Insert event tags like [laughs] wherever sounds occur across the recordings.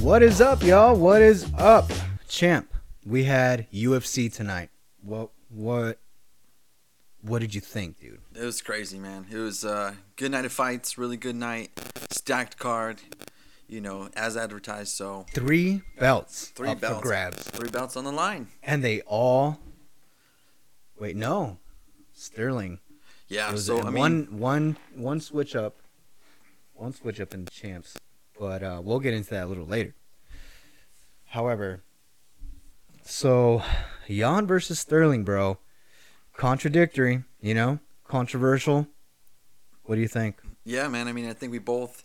What is up, y'all? What is up, champ? We had UFC tonight. What what what did you think, dude? It was crazy, man. It was a uh, good night of fights, really good night, stacked card, you know, as advertised. So Three belts Three up belts. for grabs, three belts on the line. and they all. Wait, no, Sterling. Yeah. It was So I mean, one one one switch up, one switch up in the champs, but uh, we'll get into that a little later. However, so Jan versus Sterling, bro, contradictory, you know, controversial. What do you think? yeah, man. I mean, I think we both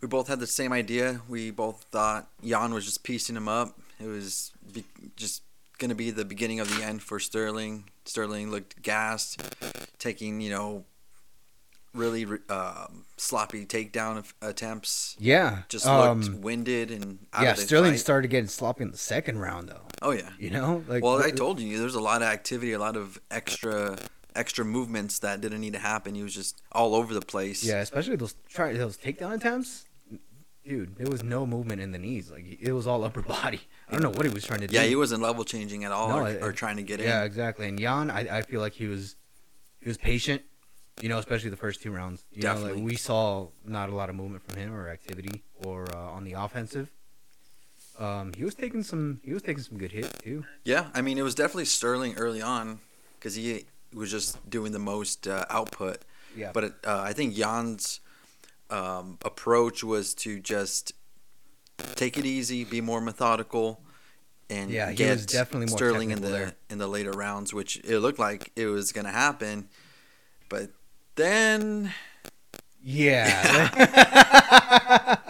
we both had the same idea. We both thought Jan was just piecing him up. It was be- just gonna be the beginning of the end for Sterling. Sterling looked gassed, taking you know really um sloppy takedown of- attempts. Yeah, Just um, looked winded and out yeah. of the Sterling fight. started getting sloppy in the second round, though. Oh yeah. You know, like well, I what- told you, there's a lot of activity, a lot of extra extra movements that didn't need to happen. He was just all over the place. Yeah, especially those try those takedown attempts. Dude, there was no movement in the knees. Like it was all upper body. I don't know what he was trying to do. Yeah, he wasn't level changing at all No, or, it- or trying to get Yeah, in. exactly. And Jan, I, I feel like he was he was patient. You know, especially the first two rounds. You know, Definitely. like we saw not a lot of movement from him or activity or uh, on the offensive. Um, he was taking some he was taking some good hits too. Yeah, I mean, it was definitely Sterling early on because he was just doing the most uh, output. Yeah, But it, uh, I think Jan's um, approach was to just take it easy, be more methodical, and Yeah, he get was definitely more Sterling in the technical there. in the later rounds, which it looked like it was going to happen. But then, Yeah. [laughs]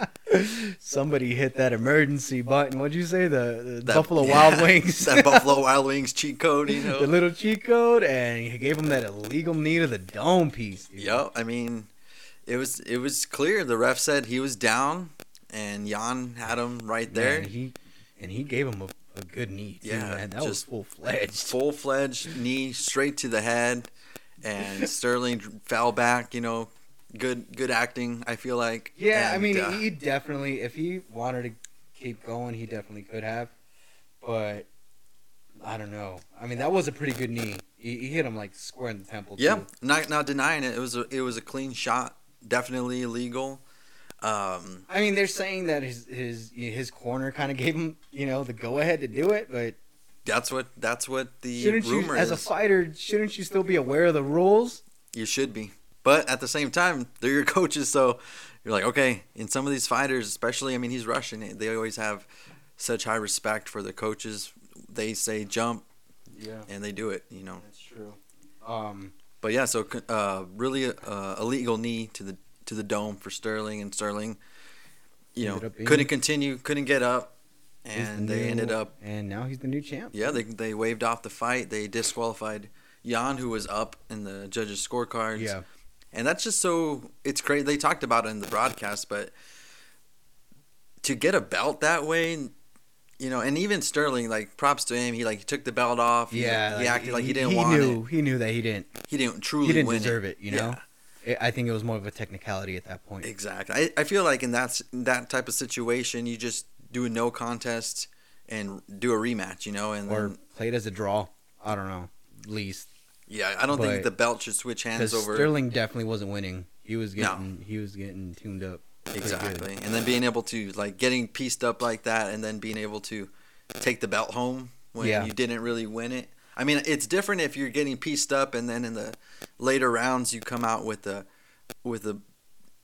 Somebody hit that emergency button. What'd you say? The, the that- [laughs] Buffalo yeah, Wild Wings. that Buffalo Wild Wings cheat code, [laughs] you the know. little cheat code, and he gave him that illegal knee to the dome piece. dude. yep, I mean, it was it was clear. The ref said he was down, and Jan had him right there. Man, he and he gave him a, a good knee. Too, Yeah, man. that was just- full fledged. full fledged knee straight to the head, [laughs] and Sterling fell back. You know, good good acting. I feel like. Yeah, I And, mean, uh, he definitely, if he wanted to keep going, he definitely could have. But I don't know. I mean, that was a pretty good knee. He, he hit him like square in the temple. yeah, too. not not denying it. It was a it was a clean shot. Definitely illegal. Um, I mean, they're saying that his his his corner kind of gave him, you know, the go ahead to do it. But that's what that's what the shouldn't you, rumor as a is. fighter, shouldn't you still be aware of the rules? you should be. But at the same time, they're your [laughs] coaches, so you're like, okay. In some of these fighters, especially, I mean, he's Russian. eh, They always have such high respect for the coaches. They say jump, Yeah, and they do it. You know. that's true. Um, But yeah, so uh, really uh, a legal knee to the to the dome for Sterling and Sterling, you know, Ended up being- couldn't continue, couldn't get up, he's the and they new- ended up and now he's the new champ. yeah they they waved off the fight. They disqualified Jan, who was up in the judges' scorecards. Yeah, and that's just so it's crazy. They talked about it in the broadcast, but to get a belt that way. You know, and even Sterling, like props to him. He like took the belt off. He, yeah. like, he acted like he didn't he want knew, He knew that he didn't. it. He didn't truly He didn't win deserve it. you Yeah. know, It- I think it was more of a technicality at that point. Exactly. I, I feel like in that s- that type of situation, you just do a no contest and do a rematch, you know. And or then, played as a draw. I don't know. Least yeah, I don't but- think the belt should switch hands because over. Sterling definitely wasn't winning. He was No. getting he was getting tuned up. pretty good. exactly. And then being able to like getting pieced up like that, and then being able to take the belt home when Yeah. you didn't really win it. I mean, it's different if you're getting pieced up, and then in the later rounds you come out with a with a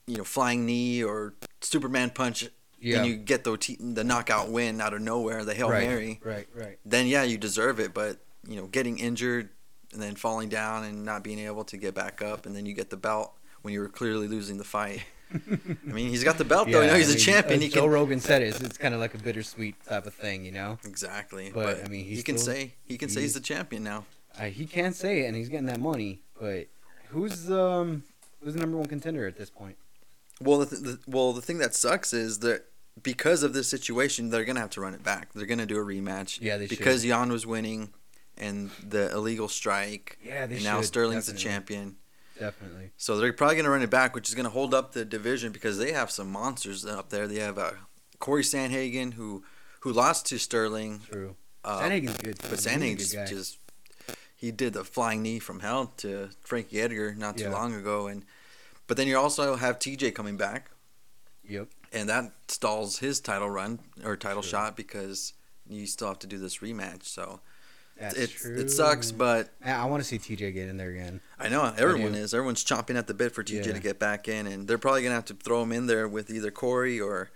you know flying knee or Superman punch, Yeah. and you get the t- the knockout win out of nowhere, the hail right. mary. Right. [laughs] Right. then yeah, you deserve it. But you know, getting injured and then falling down and not being able to get back up, and then you get the belt when you were clearly losing the fight. I mean, Oh, he's got [laughs] the belt though. You know, he's I a mean, champion. as He Joe can Rogan said it, it's, it's kind of like a bittersweet type of thing, you know. exactly. But, But, I mean, he's he can still- say he can say he- he's the champion now. Uh, he can't say it, and he's getting that money. But who's um who's the number one contender at this point? Well, the, th- the well the thing that sucks is that because of this situation, they're gonna have to run it back. They're gonna do a rematch. Yeah, they should. because Jan was winning, and the illegal strike, Yeah, they and now should, Sterling's the definitely. champion. Definitely. So they're probably going to run it back, which is going to hold up the division because they have some monsters up there. They have uh, Corey Sanhagen, who who lost to Sterling. True. Uh, Sandhagen's good. But He's a really Sanhagen good just, guy. just he did the flying knee from hell to Frankie Edgar not too Yeah. long ago, and but then you also have TJ coming back, Yep. and that stalls his title run or title True. shot because you still have to do this rematch. So That's it true. it sucks, but I, I want to see TJ get in there again. I know everyone do. is. Everyone's chomping at the bit for TJ Yeah. to get back in, and they're probably gonna have to throw him in there with either Corey or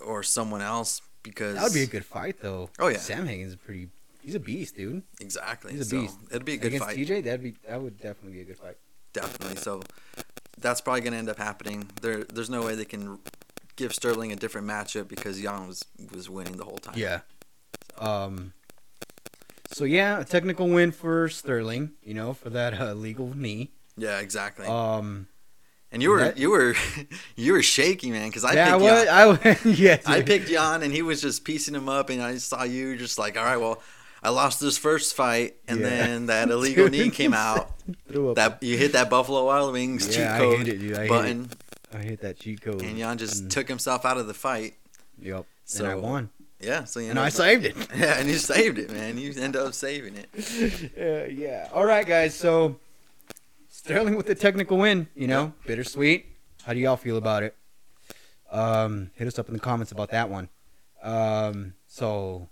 or someone else because That would be a good fight, though. Oh, yeah. Sam Hagen's pretty. He's a beast, dude. exactly. he's a so beast. It'd be a good Against fight, TJ, that'd be that would definitely be a good fight. definitely. So that's probably gonna end up happening. There, there's no way they can give Sterling a different matchup because Jan was was winning the whole time. Yeah. Um. So yeah, a technical win for Sterling. You know, for that uh, legal knee. yeah, exactly. Um. and you were that- you were [laughs] you were shaky, man, because I yeah, picked Jan. I would. I would. [laughs] Yeah. I dude. picked Jan, and he was just piecing him up, and I saw you just like, all right, well, I lost this first fight, and Yeah. [laughs] then that illegal Dude. knee came out. Threw up. That you hit that Buffalo Wild Wings Yeah, cheat I code hate it, dude. I hate it. button, I hit that cheat code. and Jan just Mm. took himself out of the fight. Yep. So and I won. Yeah, so you And know, I saved it. [laughs] yeah, and you saved it, man. You end up saving it. [laughs] uh, yeah. All right, guys. So Sterling with the technical win. You know, bittersweet. How do y'all feel about it? Um, hit us up in the comments about that one. Um, so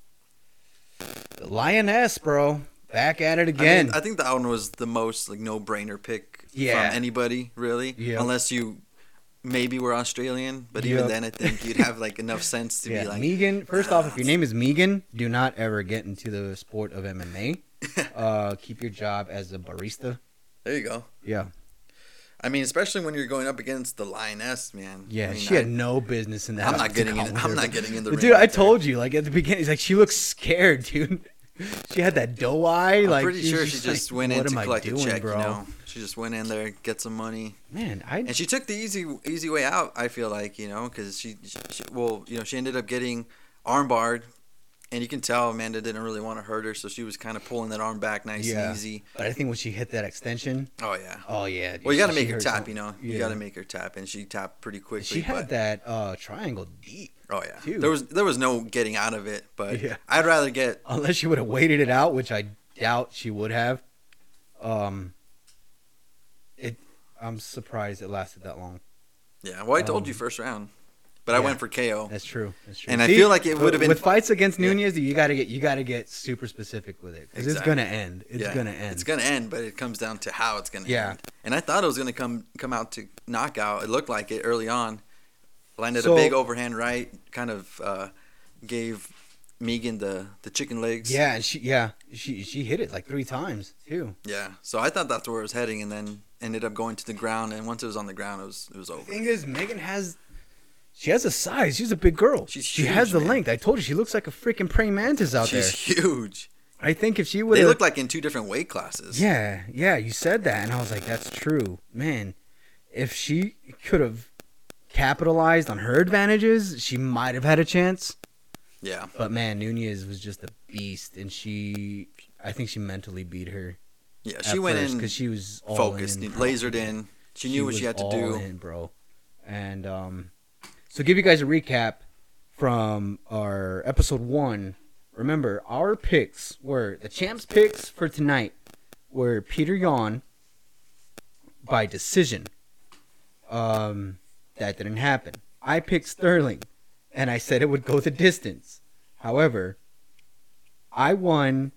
the lioness, bro, back at it I mean, again. I, think that one was the most like no brainer pick Yeah. from anybody really, Yeah. unless you maybe were Australian. But Yeah. even then, I think you'd have like enough sense to yeah, be like, Megan. First off, [sighs] if your "Ah, name is Megan, do not ever get into the sport of [laughs] MMA. uh, keep your job as a barista. there you go. Yeah, I mean, especially when you're going up against the lioness, man. yeah. I mean, she had I- no business in that. I'm not getting in. [laughs] I'm not getting in the ring. dude, I with her. told you, like at the beginning, he's like, she looks scared, [laughs] dude. She had that doe eye. I'm like, pretty she's sure she just like, went in "What to am I collect doing, a check. bro? You know, she just went in there, get some money, Man, I and she took the easy easy way out. I feel like you know, because she, she, she- well, you know, she ended up getting armbarred, and you can tell Amanda didn't really want to hurt her, so she was kind of pulling that arm back nice Yeah. and easy. but I think when she hit that extension, Oh yeah. oh yeah. dude, Well, you got to she make her hurt tap. some- You know, yeah. you got to make her tap, and she tapped pretty quickly. She had but- that uh, triangle deep. [laughs] Oh yeah. too. There was there was no getting out of it, but Yeah. I'd rather get Unless she would have waited it out, which I doubt she would have. Um, it. I'm surprised it lasted that long. Yeah, well, I told Um, you first round, but I yeah. went for KO. That's true. That's true. And I feel like it with- would've been- with fights against Yeah. Nunez. You gotta get you gotta get super specific with it because it's Exactly. gonna end. It's Yeah. gonna end. It's gonna end, but it comes down to how it's gonna Yeah. end. And I thought it was gonna come come out to knockout. It looked like it early on. Landed So- a big overhand right, kind of uh, gave Megan the the chicken legs. Yeah, and she yeah she she hit it like three times too. Yeah. So I thought that's where it was heading, and then ended up going to the ground. And once it was on the ground, it was it was The over. thing is, Megan has she has a size. She's a big girl. She's she huge, has the man. length. I told you she looks like a freaking praying mantis out She's there. huge. I think if she would They have look like in two different weight classes. yeah yeah you said that and I was like that's true man. If she could have capitalized on her advantages, she might have had a chance. Yeah. But man, Nunez was just a beast, and she, I think she mentally beat her. Yeah. She went in because she was all focused, in, bro. lasered in. She knew what she was had to all do. in, bro. And um, so give you guys a recap from our episode one. Remember, our picks were the champs' picks for tonight were Peter Yawn by decision. Um, that didn't happen. I picked Sterling, and I said it would go the distance. However, I won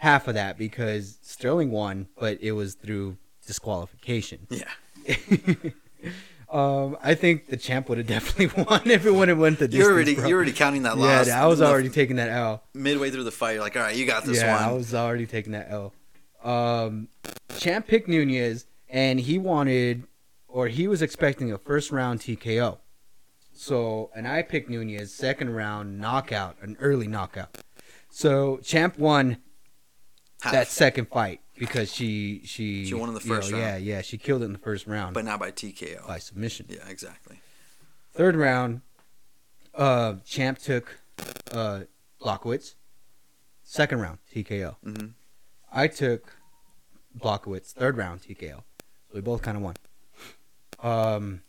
half of that because Sterling won, but it was through disqualification. Yeah. [laughs] um, I think the champ would have definitely [laughs] won if it wouldn't went the distance. You're already bro. you're already counting that yeah, loss. I was the- already taking that L. midway through the fight. You're like, all right, you got this Yeah, I one. was already taking that L. Um, champ picked Nunez, and he wanted, or he was expecting a first round TKO. So, and I picked Nunez second round knockout, an early knockout. So, champ won Half, that second fight because she she She won in the you know, first round. Yeah, yeah, she killed it in the first round but not by TKO. by submission. yeah, exactly. Third round, uh, Champ took uh, Blockowitz. Second round, TKO. hmm I took Blockowitz. Third round, TKO. So we both kind of won. Um,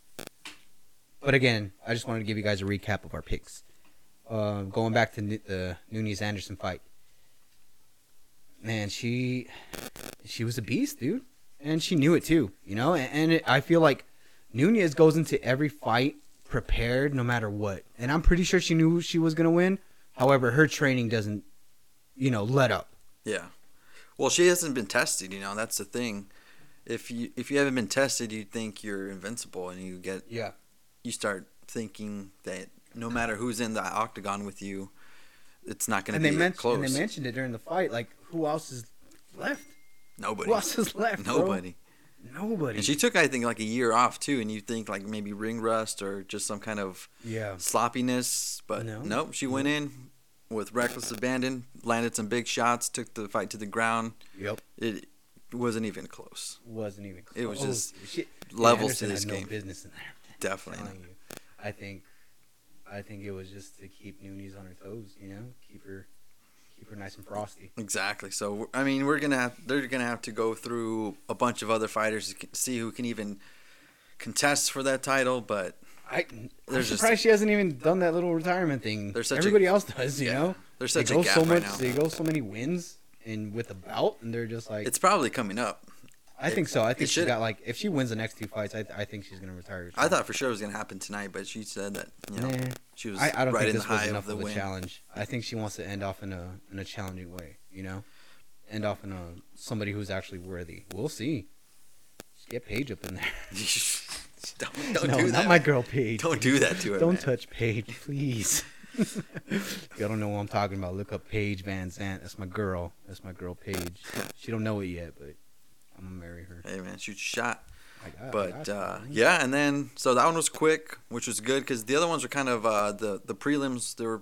But again, I just wanted to give you guys a recap of our picks. Uh, going back to Nu- the Nunez Anderson fight, man, she she was a beast, dude, and she knew it too, you know. And, and it, I feel like Nunez goes into every fight prepared, no matter what. And I'm pretty sure she knew she was gonna win. However, her training doesn't, you know, let up. Yeah. Well, she hasn't been tested, you know, that's the thing. If you if you haven't been tested, you think you're invincible and you get Yeah. you start thinking that no matter who's in the octagon with you, it's not going And to they be mentioned close. and they mentioned it during the fight. Like, who else is left? Nobody. Who else is [laughs] left? bro? Nobody. Nobody. And she took I think like a year off too and you think like maybe ring rust or just some kind of yeah. sloppiness, but Oh. No. nope, she went in with reckless abandon, landed some big shots, took the fight to the ground. Yep. It wasn't even close. Wasn't even. Close. It was just shit. Levels Anderson to this had game. No business in there. Definitely. telling you. I think, I think it was just to keep Nunes on her toes. You know, keep her, keep her nice and frosty. Exactly. So I mean, we're gonna have they're gonna have to go through a bunch of other fighters to c- see who can even contest for that title. But I, I'm There's just- surprised she hasn't even done that little retirement thing. There's such a- Everybody else does, you yeah, know. there's They such go a gap so right much. now. They go so many wins and with a bout, and they're just like. It's probably coming up. I think so. I think she should- got like if she wins the next two fights, I, I think she's gonna retire. I thought for sure it was gonna happen tonight, but she said that you know Nah. she was I, I don't right think in the this was high enough of of, the a win. challenge. I think she wants to end off in a in a challenging way. You know, end off in a somebody who's actually worthy. We'll see. Just get Paige up in there. [laughs] don't [laughs] don't no, do not that. my girl Paige. Don't do that to her. Don't man. touch Paige, please. [laughs] If you don't know what I'm talking about. Look up Paige Van Zant. That's my girl. That's my girl Paige. She don't know it yet, but I'm gonna marry her. Hey man, shoot your shot. I got- I got But you, uh, man. yeah, and then so that one was quick, which was good because the other ones were kind of uh, the the prelims. There were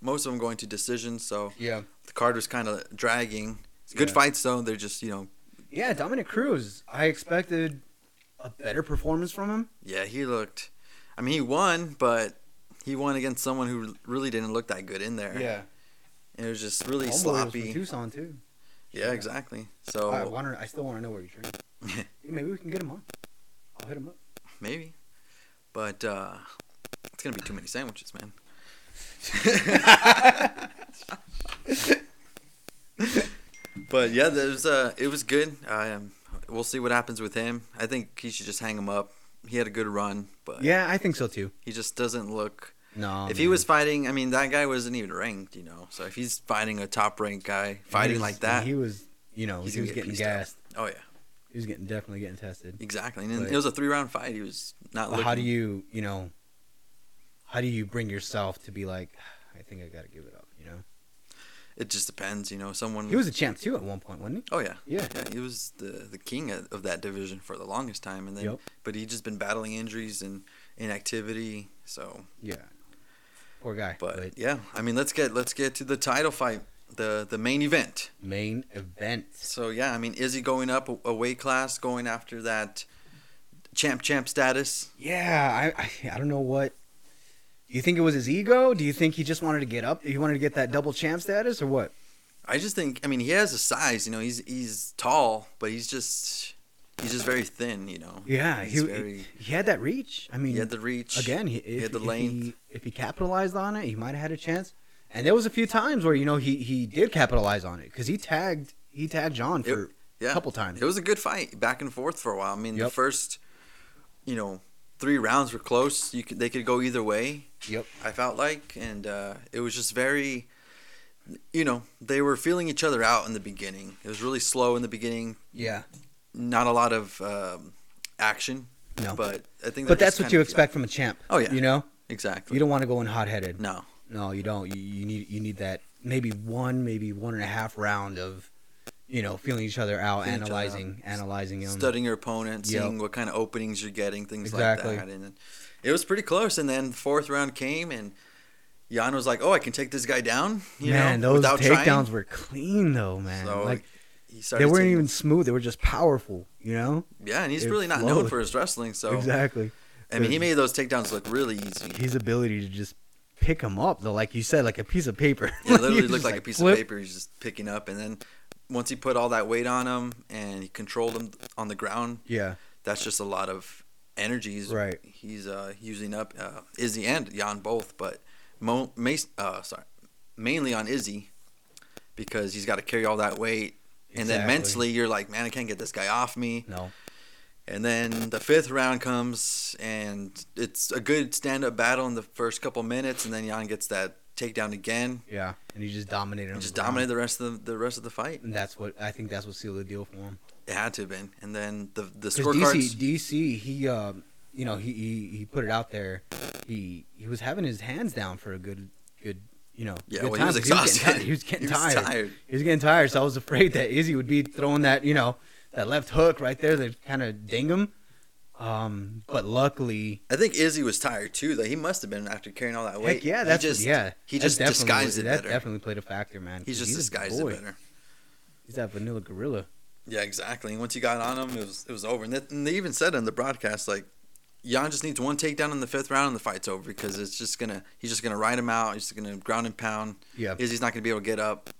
most of them going to decisions, so yeah, the card was kind of dragging. It's good Yeah. fights though. They're just you know yeah. Dominic Cruz. I expected a better performance from him. yeah he looked. I mean he won, but he won against someone who really didn't look that good in there. and it was just really Homeboy was from sloppy. Oh. Tucson too. Yeah, exactly. I So want to. I still want to know where you [laughs] trained. Maybe we can get him on. I'll hit him up. maybe, but uh, it's gonna be too many sandwiches, man. But yeah, there's uh, it was good. Um, we'll see what happens with him. I think he should just hang him up. He had a good run, but Yeah, I think so too. he just doesn't look. No. if he was fighting, I mean, that guy wasn't even ranked, you know. So if he's fighting a top ranked guy, fighting like that, he was. You know, he's he was gonna get getting pieced out. gassed. oh yeah, He was getting definitely getting tested. exactly. And then Right. it was a three round fight. He was not. But Looking, how do you, you know, how do you bring yourself to be like, I think I got to give it up. You know, It just depends, you know. Someone. he was a champ too at one point, wasn't Oh yeah. he? Yeah. Yeah, he was the the king of, of that division for the longest time, and then Yep. but he just been battling injuries and inactivity. So, Yeah. Poor guy. but yeah, I mean, let's get let's get to the title fight, the the main event. main event. So yeah, I mean, is he going up a, a weight class, going after that champ champ status? Yeah, I, I I don't know what. Do you think it was his ego? Do you think he just wanted to get up? He wanted to get that double champ status or what? I just think, I mean, he has a size, you know, he's he's tall, but he's just he's just very thin, you know. Yeah, he's he very. he had that reach. I mean, He had the reach again, he, if, had the if length. he if he capitalized on it, he might have had a chance. And there was a few times where you know he he did capitalize on it because he tagged he tagged John It- for yeah. a couple times. It was a good fight, back and forth for a while. I mean, the Yep. first, you know, three rounds were close. You could, they could go either way. Yep. I felt like, and uh, it was just very, you know, they were feeling each other out in the beginning. It was really slow in the beginning. yeah, Not a lot of um, action. No. But I think. they're but that's just what kind you of- expect from a champ. Oh, yeah. you know Exactly. you don't want to go in hot headed. No. No, you don't. You, you need you need that maybe one, maybe one and a half round of, you know, feeling each other out, Feeling each other out. analyzing, analyzing them. studying your opponent, Yep. seeing what kind of openings you're getting, things Exactly. like that. And then it was pretty close. And then the fourth round came, and Jan was like, "Oh, I can take this guy down." You man, know, those without takedowns trying. were clean though, man. So like he they started. weren't taking- even smooth; they were just powerful. You know, Yeah, and he's it really not known flowed. for his wrestling. So exactly. I mean, he made those takedowns look really easy. his ability to just pick him up, though, like you said, like a piece of paper. [laughs] It literally You looked just, like, a piece flip. of paper. He's just picking up, and then once he put all that weight on him and he controlled him on the ground, Yeah, that's just a lot of energy he's Right. he's uh, using up uh, Izzy and Jan both, but Mo, Mace, uh, sorry, mainly on Izzy because he's got to carry all that weight, and then Exactly. mentally you're like, man, I can't get this guy off me. No. And then the fifth round comes, and it's a good stand-up battle in the first couple minutes, and then Jan gets that takedown again, Yeah. And he just dominated him. and just dominated the rest of the, the rest of the fight. And that's what I think that's what sealed the deal for him. It had to have been. And then the the 'Cause scorecards. DC, DC, he, um, you know, he, he he put it out there. He he was having his hands down for a good good you know Yeah, good well, he was time 'cause exhausted. He was getting, [laughs] He tired. was He was getting tired. tired. He was getting tired. So I was afraid that Izzy would be throwing that you know that left hook right there that kind of ding him. Um, but luckily, I think Izzy was tired too. Though he must have been after carrying all that weight. heck yeah, He that's just yeah. he that just definitely- disguised it That better. definitely played a factor, man. He's 'cause just a disguised boy. it better. He's that vanilla gorilla. Yeah, exactly. And once you got on him, it was it was over. And, that, and they even said on the broadcast like, Jan just needs one takedown in the fifth round and the fight's over because it's just gonna he's just gonna ride him out. He's just gonna ground and pound. Yeah, Izzy's not gonna be able to get up,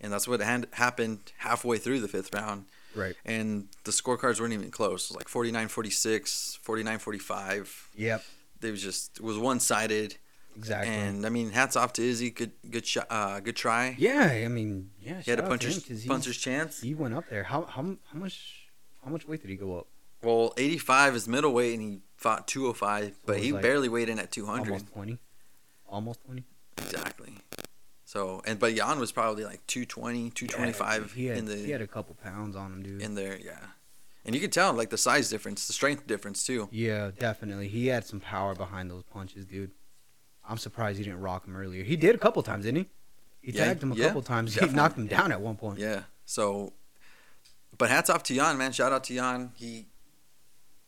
and that's what hand, happened halfway through the fifth round. right. And the scorecards weren't even close. It was like 49-46, 49-45. Yep, It was just it was one sided. exactly. And I mean, hats off to Izzy. Good, good, shot, uh, good try. yeah, I mean, yeah. He shout out had a to him puncher's 'cause he's- puncher's chance. He went up there. How how how much how much weight did he go up? Well, 85 is middleweight, and he fought 205, but it was he like barely weighed in at 200. Almost twenty. Almost twenty. Exactly. So, and but Jan was probably like 220, 225 He had, in the he had a couple pounds on him, dude. in there. Yeah, and you could tell like the size difference, the strength difference too. yeah, definitely. He had some power behind those punches, dude. I'm surprised he didn't rock him earlier. He did a couple times, didn't he? He Yeah, tagged him a yeah, couple times. definitely. He knocked him down at one point. Yeah. So, but hats off to Jan, man. Shout out to Jan. He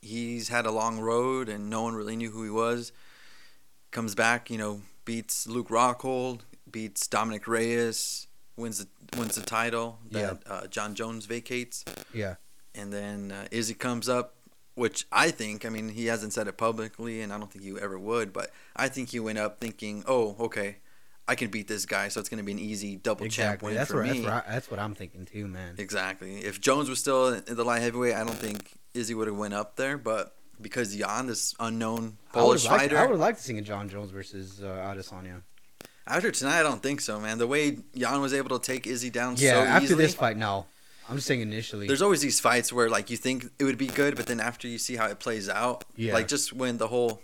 he's had a long road, and no one really knew who he was. Comes back, you know, beats Luke Rockhold, beats Dominic Reyes, wins the wins the title that uh, John Jones vacates, Yeah. and then uh, Izzy comes up. Which I think, I mean, he hasn't said it publicly, and I don't think he ever would, but I think he went up thinking, oh, okay, I can beat this guy, so it's going to be an easy double champ exactly. win That's for what, me. that's, what I, that's what I'm thinking too, man. Exactly. If Jones was still in the light heavyweight, I don't think Izzy would have went up there. But because Jan, this unknown I would, Polish have liked, fighter, I would have liked to see a John Jones versus uh, Adesanya. after tonight, I don't think so, man. The way Jan was able to take Izzy down Yeah, so after easily. this fight, no. I'm just saying initially. there's always these fights where like you think it would be good, but then after you see how it plays out, Yeah. like just when the whole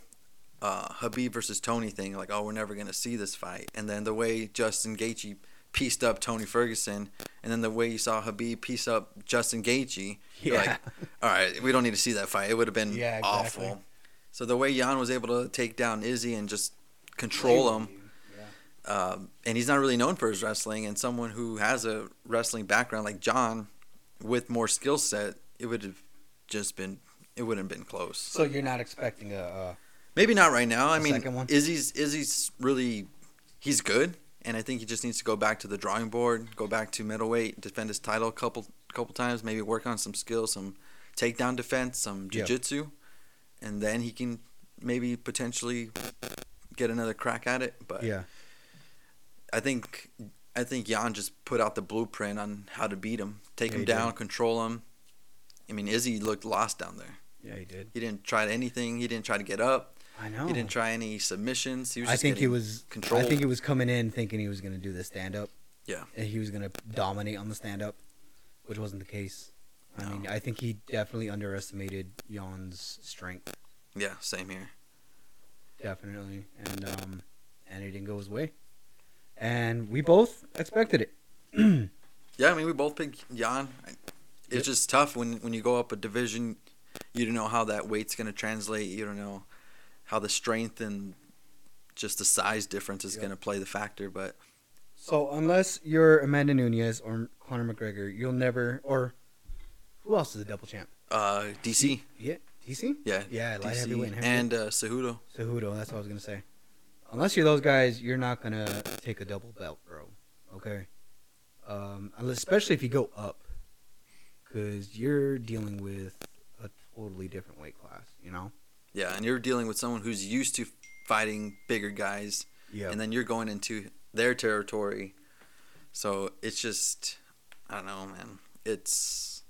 uh, Habib versus Tony thing, like oh we're never gonna see this fight, and then the way Justin Gaethje pieced up Tony Ferguson, and then the way you saw Habib piece up Justin Gaethje, [laughs] you're Yeah. like all right, we don't need to see that fight. It would have been Yeah, exactly. awful. So the way Jan was able to take down Izzy and just control him, um, and he's not really known for his wrestling. And someone who has a wrestling background like John, with more skill set, it would have just been it wouldn't have been close. So you're not expecting a. Uh, Maybe not right now. I The mean, second one? Izzy's Izzy's really he's good, and I think he just needs to go back to the drawing board, go back to middleweight, defend his title a couple couple times, maybe work on some skills, some takedown defense, some Yeah. jiu-jitsu, and then he can maybe potentially get another crack at it. But yeah. I think I think Jan just put out the blueprint on how to beat him, take Yeah, him he did. down, control him. I mean, Izzy looked lost down there. Yeah, he did. He didn't try anything. He didn't try to get up. I know. He didn't try any submissions. He was I just think he getting- was. controlled. I think he was coming in thinking he was going to do the stand up. Yeah. And he was going to dominate on the stand up, which wasn't the case. I mean, I think he definitely underestimated Jan's strength, Yeah, same here. definitely, and um, and it didn't go his way. And we both expected it. [clears throat] Yeah, I mean, we both picked Jan. I- Yep. It's just tough when when you go up a division, you don't know how that weight's going to translate. You don't know how the strength and just the size difference is Yep. going to play the factor. But so unless you're Amanda Nunez or Conor McGregor, you'll never. Or who else is a double champ? uh, DC, Yeah, DC. yeah, Yeah, light DC heavyweight and heavyweight. and uh, Cejudo. Cejudo, that's what I was gonna say. Unless you're those guys, you're not gonna take a double belt, bro. Okay. Um, unless, especially if you go up, because you're dealing with a totally different weight class. You know. Yeah, and you're dealing with someone who's used to fighting bigger guys, Yeah. and then you're going into their territory. So it's just, I don't know, man. It's,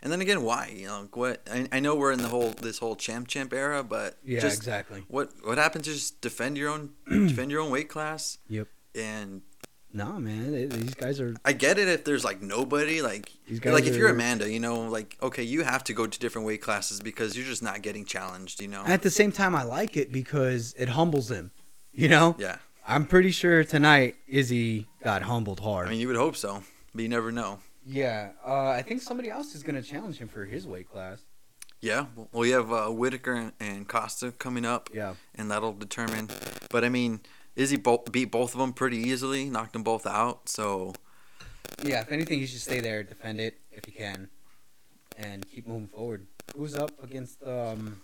And then again, why? You know, like what? I, I know we're in the whole this whole champ champ era, but Yeah, just exactly. what what happens is just defend [clears throat] your own defend your own weight class. Yep. And Nah, man, they- these guys are I get it if there's like nobody like These guys like if you're are- Amanda, you know, like okay, you have to go to different weight classes because you're just not getting challenged, you know. At the same time, I like it because it humbles him. You know, Yeah. I'm pretty sure tonight Izzy got humbled I hard. mean, you would hope so, but you never know. yeah, uh, I think somebody else is gonna challenge him for his weight class. Yeah, well, we have uh, Whitaker and Costa coming up, Yeah, and that'll determine. But I mean, Izzy bo- beat both of them pretty easily, knocked them both out. So yeah. If anything, you should stay there, defend it if you can, and keep moving forward. Who's up against um,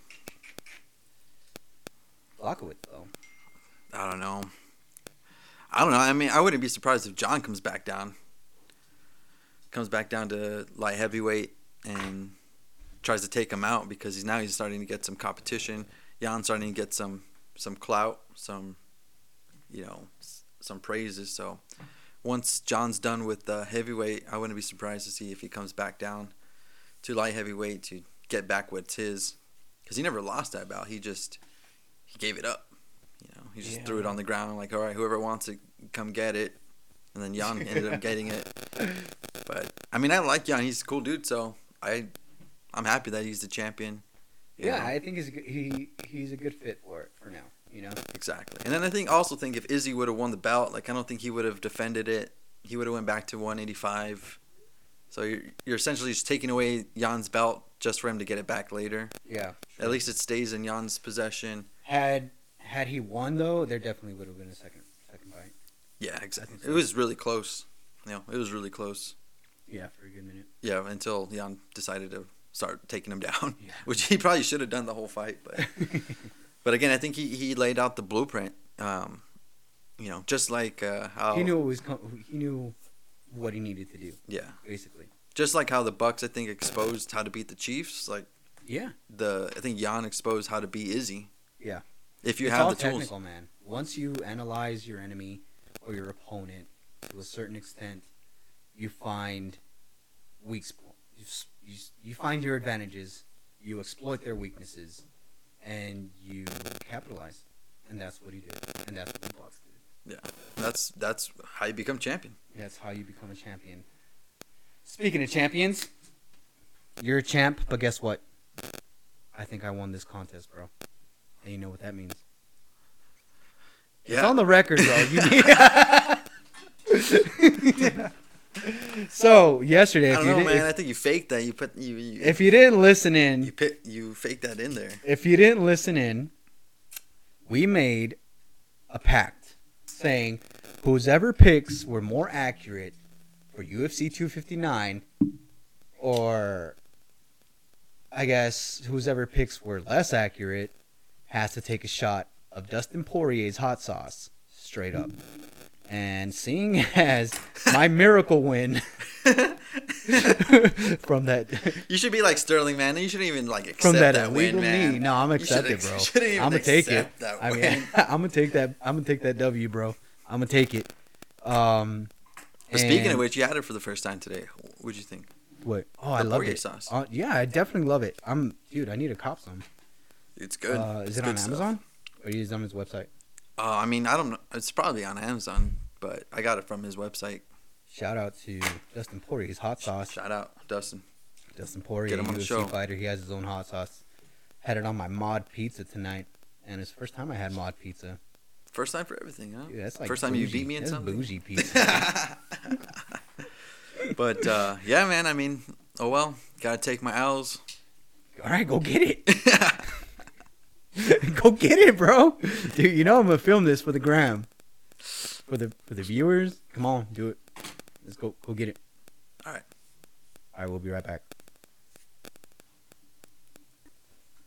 Blockowitz though? I don't know. I don't know. I mean, I wouldn't be surprised if John comes back down, comes back down to light heavyweight, and tries to take him out because he's now he's starting to get some competition. Jan's starting to get some some clout, some you know s- some praises. So once John's done with the heavyweight, I wouldn't be surprised to see if he comes back down to light heavyweight to get back what's his, because he never lost that bout. He just he gave it up. You know, he just threw it on the ground like, all right, whoever wants it, come get it. And then Jan [laughs] ended up getting it. But I mean, I like Jan. He's a cool dude, so I I'm happy that he's the champion. you Yeah, know? I think he's a good, he he's a good fit for it for now. You know, Exactly. And then I think also think if Izzy would have won the belt, like I don't think he would have defended it. He would have went back to 185. So you're you're essentially just taking away Jan's belt just for him to get it back later. yeah. At least it stays in Jan's possession. Had had he won though, there definitely would have been a second second fight. Yeah, exactly. It was really close. You know, it was really close. Yeah, for a good minute. Yeah, until Jan decided to start taking him [laughs] down, Yeah. [laughs] which he probably should have done the whole fight, but But again, I think he, he laid out the blueprint. Um, you know, just like uh, how he knew what was com- he knew what he needed to do yeah, basically. just like how the Bucks I think exposed how to beat the Chiefs. Like Yeah, the I think Jan exposed how to beat Izzy. Yeah. If you it's have all the tools, technical, man. Once you analyze your enemy or your opponent to a certain extent, you find weak sp- you, s- you, s- you find your advantages, you exploit their weaknesses, and you capitalize. And that's what he did. And that's what the Bucks did. that's that's how you become champion. That's how you become a champion. Speaking of champions, you're a champ, but guess what? I think I won this contest, bro. And you know what that means. It's Yeah. on the record, bro. You [laughs] [laughs] so yesterday, I if don't you, know, did, man. if, I think you faked that. You put you you if you didn't listen you in, pit, you faked that in there. [laughs] if you didn't listen in, we made a pact saying, whoever picks were more accurate for UFC 259, or I guess whoever picks were less accurate has to take a shot of Dustin Poirier's hot sauce straight up. And seeing [laughs] as my miracle win [laughs] from that You should be like Sterling, man. You shouldn't even like accept from that, win, illegal man. knee. No, I'm You should accept it, ex- bro. [laughs] you shouldn't even I'm gonna take it. accept That I [laughs] win. mean, I'm gonna take that. I'm gonna take that W, bro. I'm gonna take it. Um, But speaking and- of which, you had it for the first time today. What'd you think? what? Oh, I the love Poirier it. sauce. Uh, yeah, I definitely love it. I'm, dude. I need to cop some. It's good. Uh, is It's it good on stuff. Amazon? Or is it on his website? Uh, I mean, I don't know. It's probably on Amazon, but I got it from his website. Shout out to Dustin Poirier. His hot sauce. Shout out, Dustin. Dustin Poirier, Get him on the UFC show. fighter. He has his own hot sauce. Had it on my mod pizza tonight, and it's the first time I had mod pizza. First time for everything, huh? Dude, that's like First time you bougie. beat me in That's something? Bougie [laughs] pizza. [laughs] But uh, yeah, man. I mean, oh well. Gotta take my L's. All right, go get it. Go get it, bro. Dude, you know I'm gonna film this for the gram. For the for the viewers. Come on, do it. Let's go go get it. Alright. Alright, we'll be right back.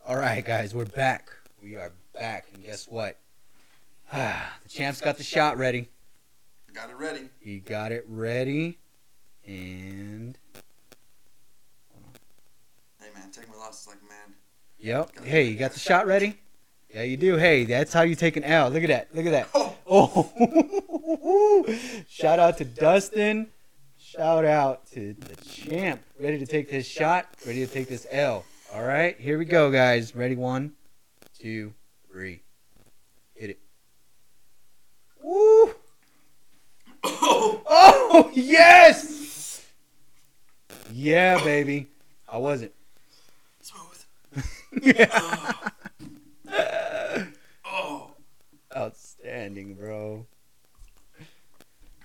Alright guys, we're back. We are back, and guess what? [sighs] the champ's got the shot ready. got it ready. He got it ready. And Hey, man. Take my losses like a man. Yep. Hey, you got the shot ready? Yeah, you do. Hey, that's how you take an L. Look at [laughs] that. Look at that. Oh. Oh. Shout out to Dustin. Shout out to the champ. Ready to take this shot. Ready to take this L. All right, here we go, guys. Ready? One, two, three. Hit it. Woo! Oh yes! Yeah, baby. I wasn't. Smooth. Yeah. [laughs] Oh. Outstanding, bro.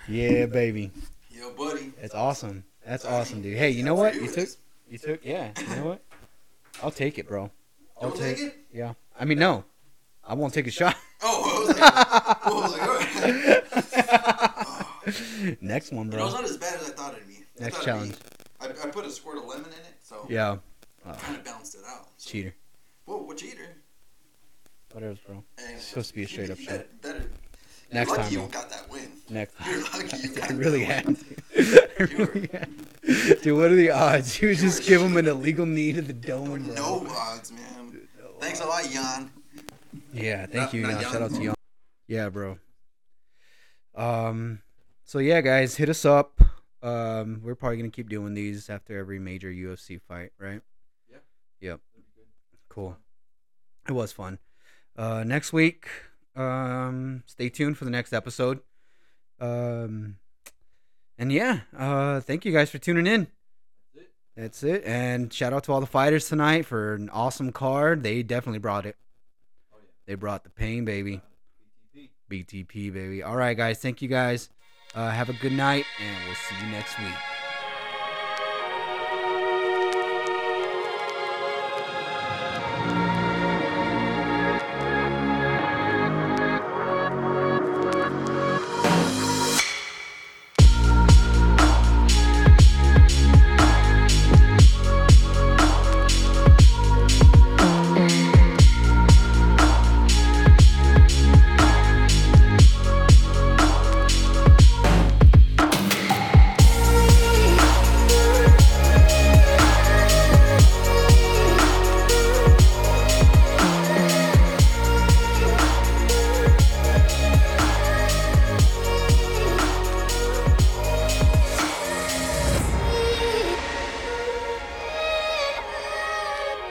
Yeah, baby. Yo, buddy. That's awesome. That's awesome, dude. Hey, you know what? You took you took yeah, you know what? I'll take it, bro. I'll Don't take it? Yeah. I mean no. I won't take a shot. [laughs] Oh, [laughs] I was like, I was like, oh. all [laughs] right. Next one, You know, it's bro. not as bad as I thought it'd be. I Next thought it'd challenge. Be, I, I put a squirt of lemon in it, so Yeah. kind of balanced it out. So. Cheater. Whoa, what you eater? Whatever, bro. Anyway, It's supposed to be a you- straight up you shot. better- better- Next you're time, lucky bro. you got that win. Next You're lucky you [laughs] got I that really win. had to. I really had to. Dude, what are the odds? [laughs] You would just give him an illegal knee to the dome, bro. No odds, man. Thanks a lot, Jan. Yeah, thank Not- you. not Jan. young. Shout out to you. Yeah, bro. Um, so yeah, guys, hit us up. Um, we're probably gonna keep doing these after every major UFC fight, right? Yeah. Yep. Cool. It was fun. Uh, next week, um, stay tuned for the next episode. Um, and yeah, uh, thank you guys for tuning in. That's it. And shout out to all the fighters tonight for an awesome card. They definitely brought it. They brought the pain, baby. BTP, baby. All right, guys. Thank you guys. Uh, have a good night, and we'll see you next week.